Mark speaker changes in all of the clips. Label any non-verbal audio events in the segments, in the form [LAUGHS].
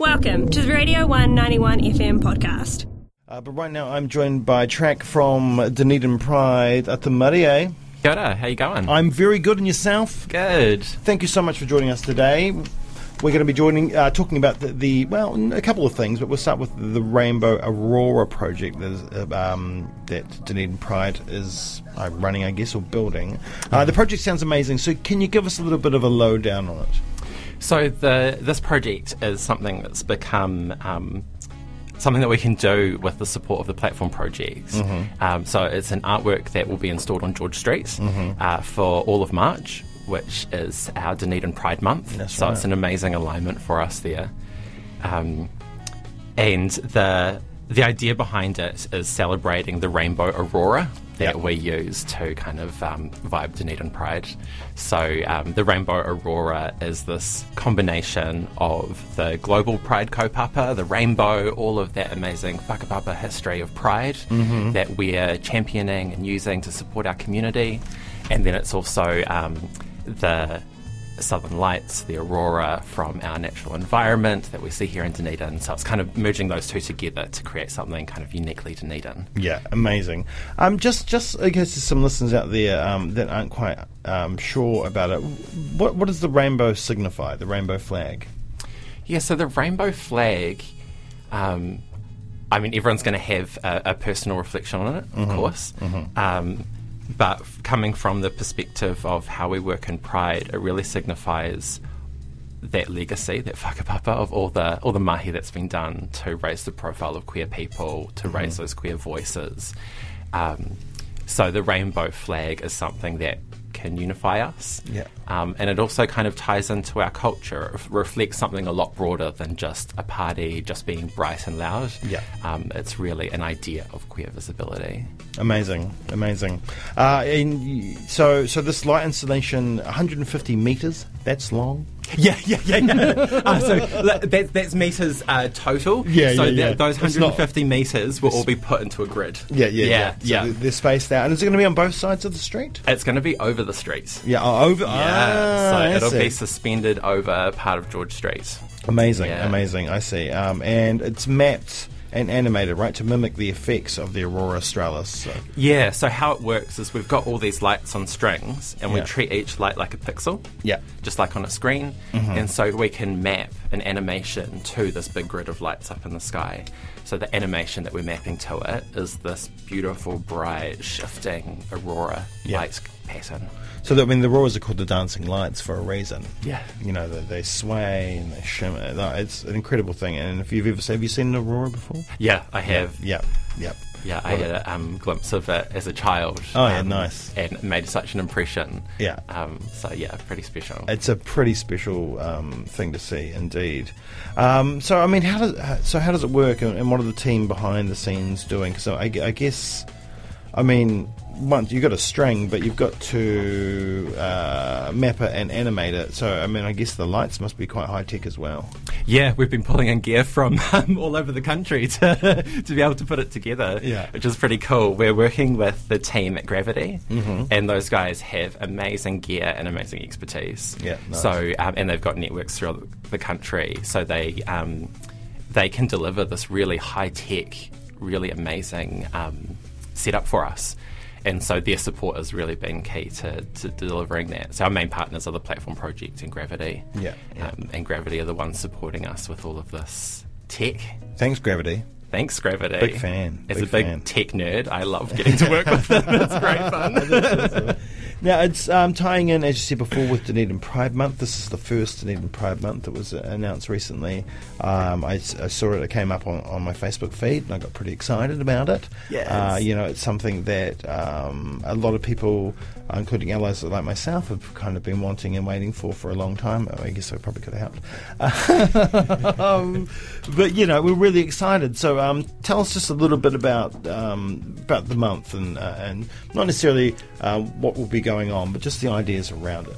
Speaker 1: Welcome to the Radio 191 FM podcast.
Speaker 2: Uh, but right now, I'm joined by Track from Dunedin Pride at the Marie.
Speaker 3: Kia ora, how you going?
Speaker 2: I'm very good, and yourself?
Speaker 3: Good.
Speaker 2: Thank you so much for joining us today. We're going to be joining, uh, talking about the, the well, n- a couple of things, but we'll start with the Rainbow Aurora project that, is, uh, um, that Dunedin Pride is uh, running, I guess, or building. Uh, the project sounds amazing. So, can you give us a little bit of a lowdown on it?
Speaker 3: So the this project is something that's become um, something that we can do with the support of the platform projects.
Speaker 2: Mm-hmm.
Speaker 3: Um, so it's an artwork that will be installed on George Street
Speaker 2: Mm-hmm.
Speaker 3: uh, for all of March, which is our Dunedin Pride Month.
Speaker 2: That's
Speaker 3: so
Speaker 2: right.
Speaker 3: it's an amazing alignment for us there. Um, and the the idea behind it is celebrating the rainbow aurora that
Speaker 2: Yep.
Speaker 3: we use to kind of um, vibe Dunedin Pride. So um, the rainbow aurora is this combination of the global Pride kaupapa, the rainbow, all of that amazing whakapapa history of Pride that we're championing and using to support our community, and then it's also um, the southern lights, the aurora from our natural environment that we see here in Dunedin. So it's kind of merging those two together to create something kind of uniquely Dunedin.
Speaker 2: Yeah, amazing. Um, just just in case there's some listeners out there um, that aren't quite um, sure about it, what what does the rainbow signify? The rainbow flag.
Speaker 3: Yeah, so the rainbow flag, um, I mean, everyone's going to have a, a personal reflection on it, of course. Um, but f- coming from the perspective of how we work in Pride, it really signifies that legacy, that whakapapa of all the all the mahi that's been done to raise the profile of queer people, to raise those queer voices. Um, so the rainbow flag is something that can unify us.
Speaker 2: Yeah.
Speaker 3: Um, and it also kind of ties into our culture, It reflects something a lot broader than just a party, just being bright and loud.
Speaker 2: Yeah.
Speaker 3: Um, it's really an idea of queer visibility.
Speaker 2: Amazing, amazing. Uh, and y- so so this light installation, 150 meters. That's long.
Speaker 3: [LAUGHS] Yeah, yeah, yeah. yeah. uh, so la- that, that's meters uh, total.
Speaker 2: Yeah,
Speaker 3: so
Speaker 2: yeah, yeah.
Speaker 3: that- those
Speaker 2: It's not-
Speaker 3: 150 meters will all be put into a grid.
Speaker 2: yeah. So
Speaker 3: yeah.
Speaker 2: th- They're spaced out, and is it going to be on both sides of the street?
Speaker 3: it's going to be over the streets.
Speaker 2: Yeah, oh, over.
Speaker 3: Yeah,
Speaker 2: ah, I
Speaker 3: so it'll
Speaker 2: see.
Speaker 3: be suspended over part of George Street.
Speaker 2: Amazing,
Speaker 3: Yeah.
Speaker 2: amazing. I see. Um, and it's mapped and animated, right, to mimic the effects of the aurora australis. So.
Speaker 3: Yeah, so how it works is we've got all these lights on strings and we
Speaker 2: Yeah.
Speaker 3: treat each light like a pixel.
Speaker 2: Yeah.
Speaker 3: Just like on a screen.
Speaker 2: Mm-hmm.
Speaker 3: And so we can map an animation to this big grid of lights up in the sky. So the animation that we're mapping to it is this beautiful, bright, shifting aurora
Speaker 2: Yeah.
Speaker 3: light pattern.
Speaker 2: So that, I mean, the Roars are called the Dancing Lights for a reason.
Speaker 3: Yeah.
Speaker 2: you know they, they sway and they shimmer. No, It's an incredible thing. And if you've ever have you seen an aurora before?
Speaker 3: Yeah, I have.
Speaker 2: Yeah, yeah,
Speaker 3: Yeah, I had a um, glimpse of it as a child.
Speaker 2: Oh, yeah,
Speaker 3: um,
Speaker 2: nice.
Speaker 3: And it made such an impression.
Speaker 2: Yeah.
Speaker 3: Um, so, yeah, pretty special.
Speaker 2: It's a pretty special um, thing to see, indeed. Um, so, I mean, how does uh, so how does it work, and, and what are the team behind the scenes doing? Because I, I guess, I mean, once you've got a string, but you've got to uh, map it and animate it. So, I mean, I guess the lights must be quite high tech as well.
Speaker 3: Yeah, we've been pulling in gear from [LAUGHS] um, all over the country to, to be able to put it together,
Speaker 2: Yeah.
Speaker 3: which is pretty cool. We're working with the team at Gravity,
Speaker 2: Mm-hmm.
Speaker 3: and those guys have amazing gear and amazing expertise.
Speaker 2: Yeah, nice.
Speaker 3: So, um, and they've got networks throughout the country, so they um, they can deliver this really high tech, really amazing um, setup for us. And so their support has really been key to, to delivering that. So our main partners are the Platform Project and Gravity.
Speaker 2: Yeah, yeah.
Speaker 3: Um, and Gravity are the ones supporting us with all of this tech.
Speaker 2: Thanks, Gravity.
Speaker 3: Thanks, Gravity.
Speaker 2: Big fan,
Speaker 3: As
Speaker 2: big
Speaker 3: a big
Speaker 2: fan.
Speaker 3: tech nerd, I love getting to work with them. It's great fun.
Speaker 2: Now it's um, tying in, as you said before, with Dunedin Pride Month. This is the first Dunedin Pride Month that was uh, announced recently. Um, I, s- I saw it; it came up on, on my Facebook feed, and I got pretty excited about it.
Speaker 3: Yes.
Speaker 2: Uh, you know, it's something that um, a lot of people, uh, including allies like myself, have kind of been wanting and waiting for for a long time. I guess I probably could have helped. um, but you know, we're really excited. So, um, tell us just a little bit about um, about the month and uh, and not necessarily uh, what will be going on, but just the ideas around it.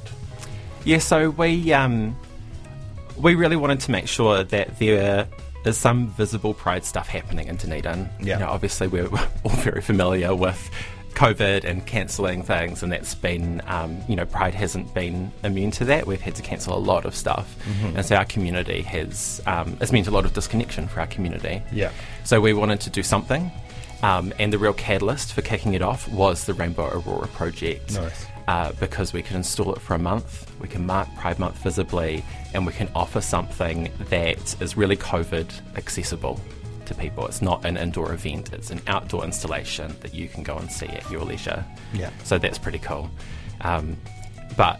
Speaker 3: yeah, so we um, we really wanted to make sure that there is some visible pride stuff happening in Dunedin.
Speaker 2: Yeah.
Speaker 3: [LAUGHS] You know, obviously, we're all very familiar with COVID and cancelling things, and that's been, um, you know, Pride hasn't been immune to that. We've had to cancel a lot of stuff,
Speaker 2: Mm-hmm.
Speaker 3: and so our community has um, it's meant a lot of disconnection for our community.
Speaker 2: Yeah.
Speaker 3: So we wanted to do something, um, and the real catalyst for kicking it off was the Rainbow Aurora project.
Speaker 2: Nice.
Speaker 3: Uh, because we can install it for a month, we can mark Pride Month visibly, and we can offer something that is really COVID accessible to people. It's not an indoor event, it's an outdoor installation that you can go and see at your leisure.
Speaker 2: Yeah.
Speaker 3: So that's pretty cool. Um, but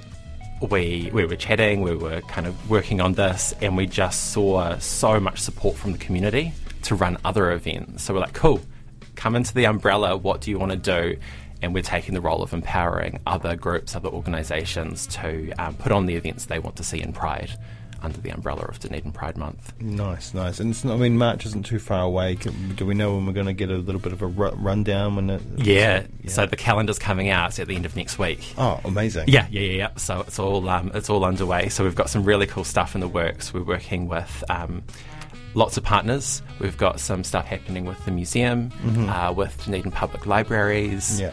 Speaker 3: we we were chatting, we were kind of working on this, and we just saw so much support from the community to run other events. So we're like, cool, come into the umbrella. What do you want to do? And we're taking the role of empowering other groups, other organisations to um, put on the events they want to see in Pride under the umbrella of Dunedin Pride Month.
Speaker 2: Nice, nice. And it's not, I mean, March isn't too far away. Can, do we know when we're going to get a little bit of a ru- rundown? When it,
Speaker 3: Yeah. So the calendar's coming out it's at the end of next week.
Speaker 2: Oh, amazing.
Speaker 3: Yeah, yeah, yeah, yeah. So it's all um, it's all underway. So we've got some really cool stuff in the works. We're working with um, lots of partners. We've got some stuff happening with the museum, uh, with Dunedin Public Libraries,
Speaker 2: Mm-hmm.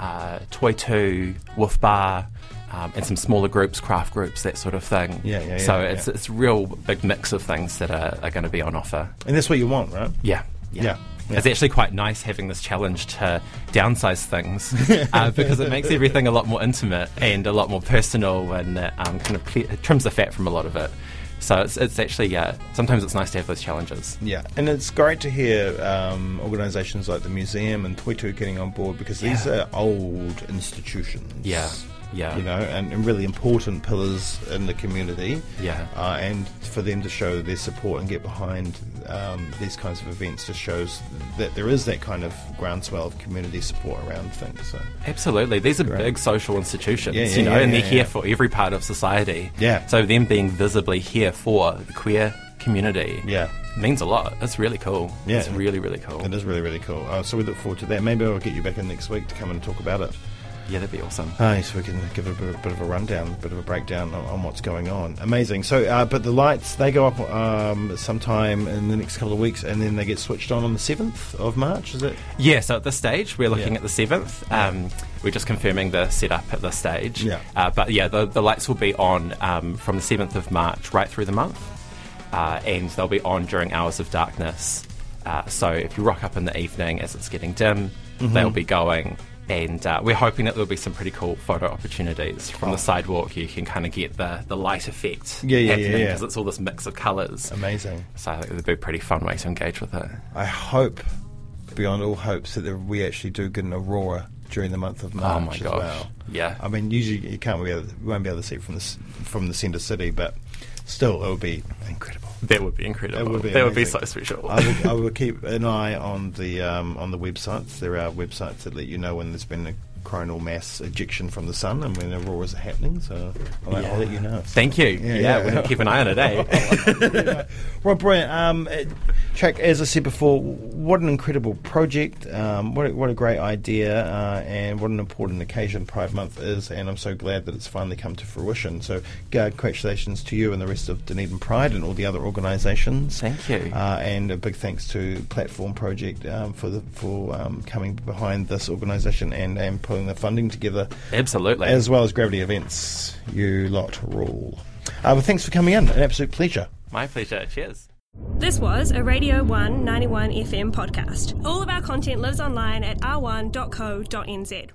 Speaker 2: Yeah.
Speaker 3: uh, Toy Two, Wolf Bar, um, and some smaller groups, craft groups, that sort of thing.
Speaker 2: Yeah, yeah,
Speaker 3: So
Speaker 2: yeah,
Speaker 3: it's
Speaker 2: yeah.
Speaker 3: it's a real big mix of things that are, are going to be on offer.
Speaker 2: And that's what you want, right?
Speaker 3: Yeah.
Speaker 2: Yeah, yeah.
Speaker 3: It's actually quite nice having this challenge to downsize things
Speaker 2: [LAUGHS]
Speaker 3: uh, because it makes everything a lot more intimate and a lot more personal and uh, um, kind of cle- it trims the fat from a lot of it. So it's, it's actually, uh, sometimes it's nice to have those challenges.
Speaker 2: Yeah, and it's great to hear um, organisations like the museum and Tuitu getting on board because these
Speaker 3: Yeah.
Speaker 2: are old institutions.
Speaker 3: Yeah, yeah.
Speaker 2: You know, and, and really important pillars in the community.
Speaker 3: Yeah.
Speaker 2: Uh, and for them to show their support and get behind um, these kinds of events just shows that there is that kind of groundswell of community support around things. So.
Speaker 3: Absolutely. These are big social institutions,
Speaker 2: Yeah, yeah,
Speaker 3: you know,
Speaker 2: yeah,
Speaker 3: and they're
Speaker 2: yeah,
Speaker 3: here
Speaker 2: yeah.
Speaker 3: for every part of society.
Speaker 2: Yeah.
Speaker 3: So them being visibly here for the queer community
Speaker 2: Yeah.
Speaker 3: means a lot. It's really cool.
Speaker 2: Yeah.
Speaker 3: It's really, really cool.
Speaker 2: It is really, really cool. Uh, so we look forward to that. Maybe I'll get you back in next week to come and talk about it.
Speaker 3: Yeah, that'd be awesome.
Speaker 2: Aye, so we can give a bit, bit of a rundown, a bit of a breakdown on, on what's going on. Amazing. So, uh, but the lights they go up um, sometime in the next couple of weeks, and then they get switched on on the seventh of March. Is it?
Speaker 3: Yeah, so at this stage, we're looking
Speaker 2: Yeah.
Speaker 3: at the 7th. Um, we're just confirming the setup at this stage.
Speaker 2: Yeah.
Speaker 3: Uh, but yeah, the, the lights will be on um, from the 7th of March right through the month, uh, and they'll be on during hours of darkness. Uh, so if you rock up in the evening as it's getting dim,
Speaker 2: Mm-hmm.
Speaker 3: they'll be going. And uh, we're hoping that there'll be some pretty cool photo opportunities from the sidewalk. You can kind of get the, the light effect
Speaker 2: Oh. Yeah, yeah, yeah, yeah.
Speaker 3: because it's all this mix of colours.
Speaker 2: Amazing.
Speaker 3: So I think it'd be a pretty fun way to engage with it.
Speaker 2: I hope, beyond all hopes, that there- we actually do get an aurora during the month of March
Speaker 3: Oh my
Speaker 2: as
Speaker 3: gosh.
Speaker 2: well.
Speaker 3: Yeah.
Speaker 2: I mean, usually you can't be able, you won't be able to see it from the s- from the centre city, but still, it would be incredible.
Speaker 3: That would be incredible.
Speaker 2: It would be
Speaker 3: that would be
Speaker 2: amazing.
Speaker 3: so special.
Speaker 2: I will, I will keep an eye on the um, on the websites. There are websites that let you know when there's been a coronal mass ejection from the sun and when auroras are happening. So I'll, I'll let you know.
Speaker 3: Thank you.
Speaker 2: Yeah,
Speaker 3: Yeah,
Speaker 2: yeah.
Speaker 3: we're going to keep an eye on
Speaker 2: [LAUGHS]
Speaker 3: it, eh?
Speaker 2: Rob Bryant, um, uh, Chuck, as I said before, what an incredible project. Um, what, a, what a great idea, uh, and what an important occasion Pride Month is. And I'm so glad that it's finally come to fruition. So, uh, congratulations to you and the rest of Dunedin Pride and all the other organisations.
Speaker 3: Thank you.
Speaker 2: Uh, and a big thanks to Platform Project um, for the, for um, coming behind this organisation and, and pulling the funding together,
Speaker 3: Absolutely.
Speaker 2: as well as Gravity Events. You lot rule. Uh, well, thanks for coming in. An absolute pleasure.
Speaker 3: My pleasure. Cheers.
Speaker 1: This was a Radio 191 FM podcast. All of our content lives online at r1.co.nz.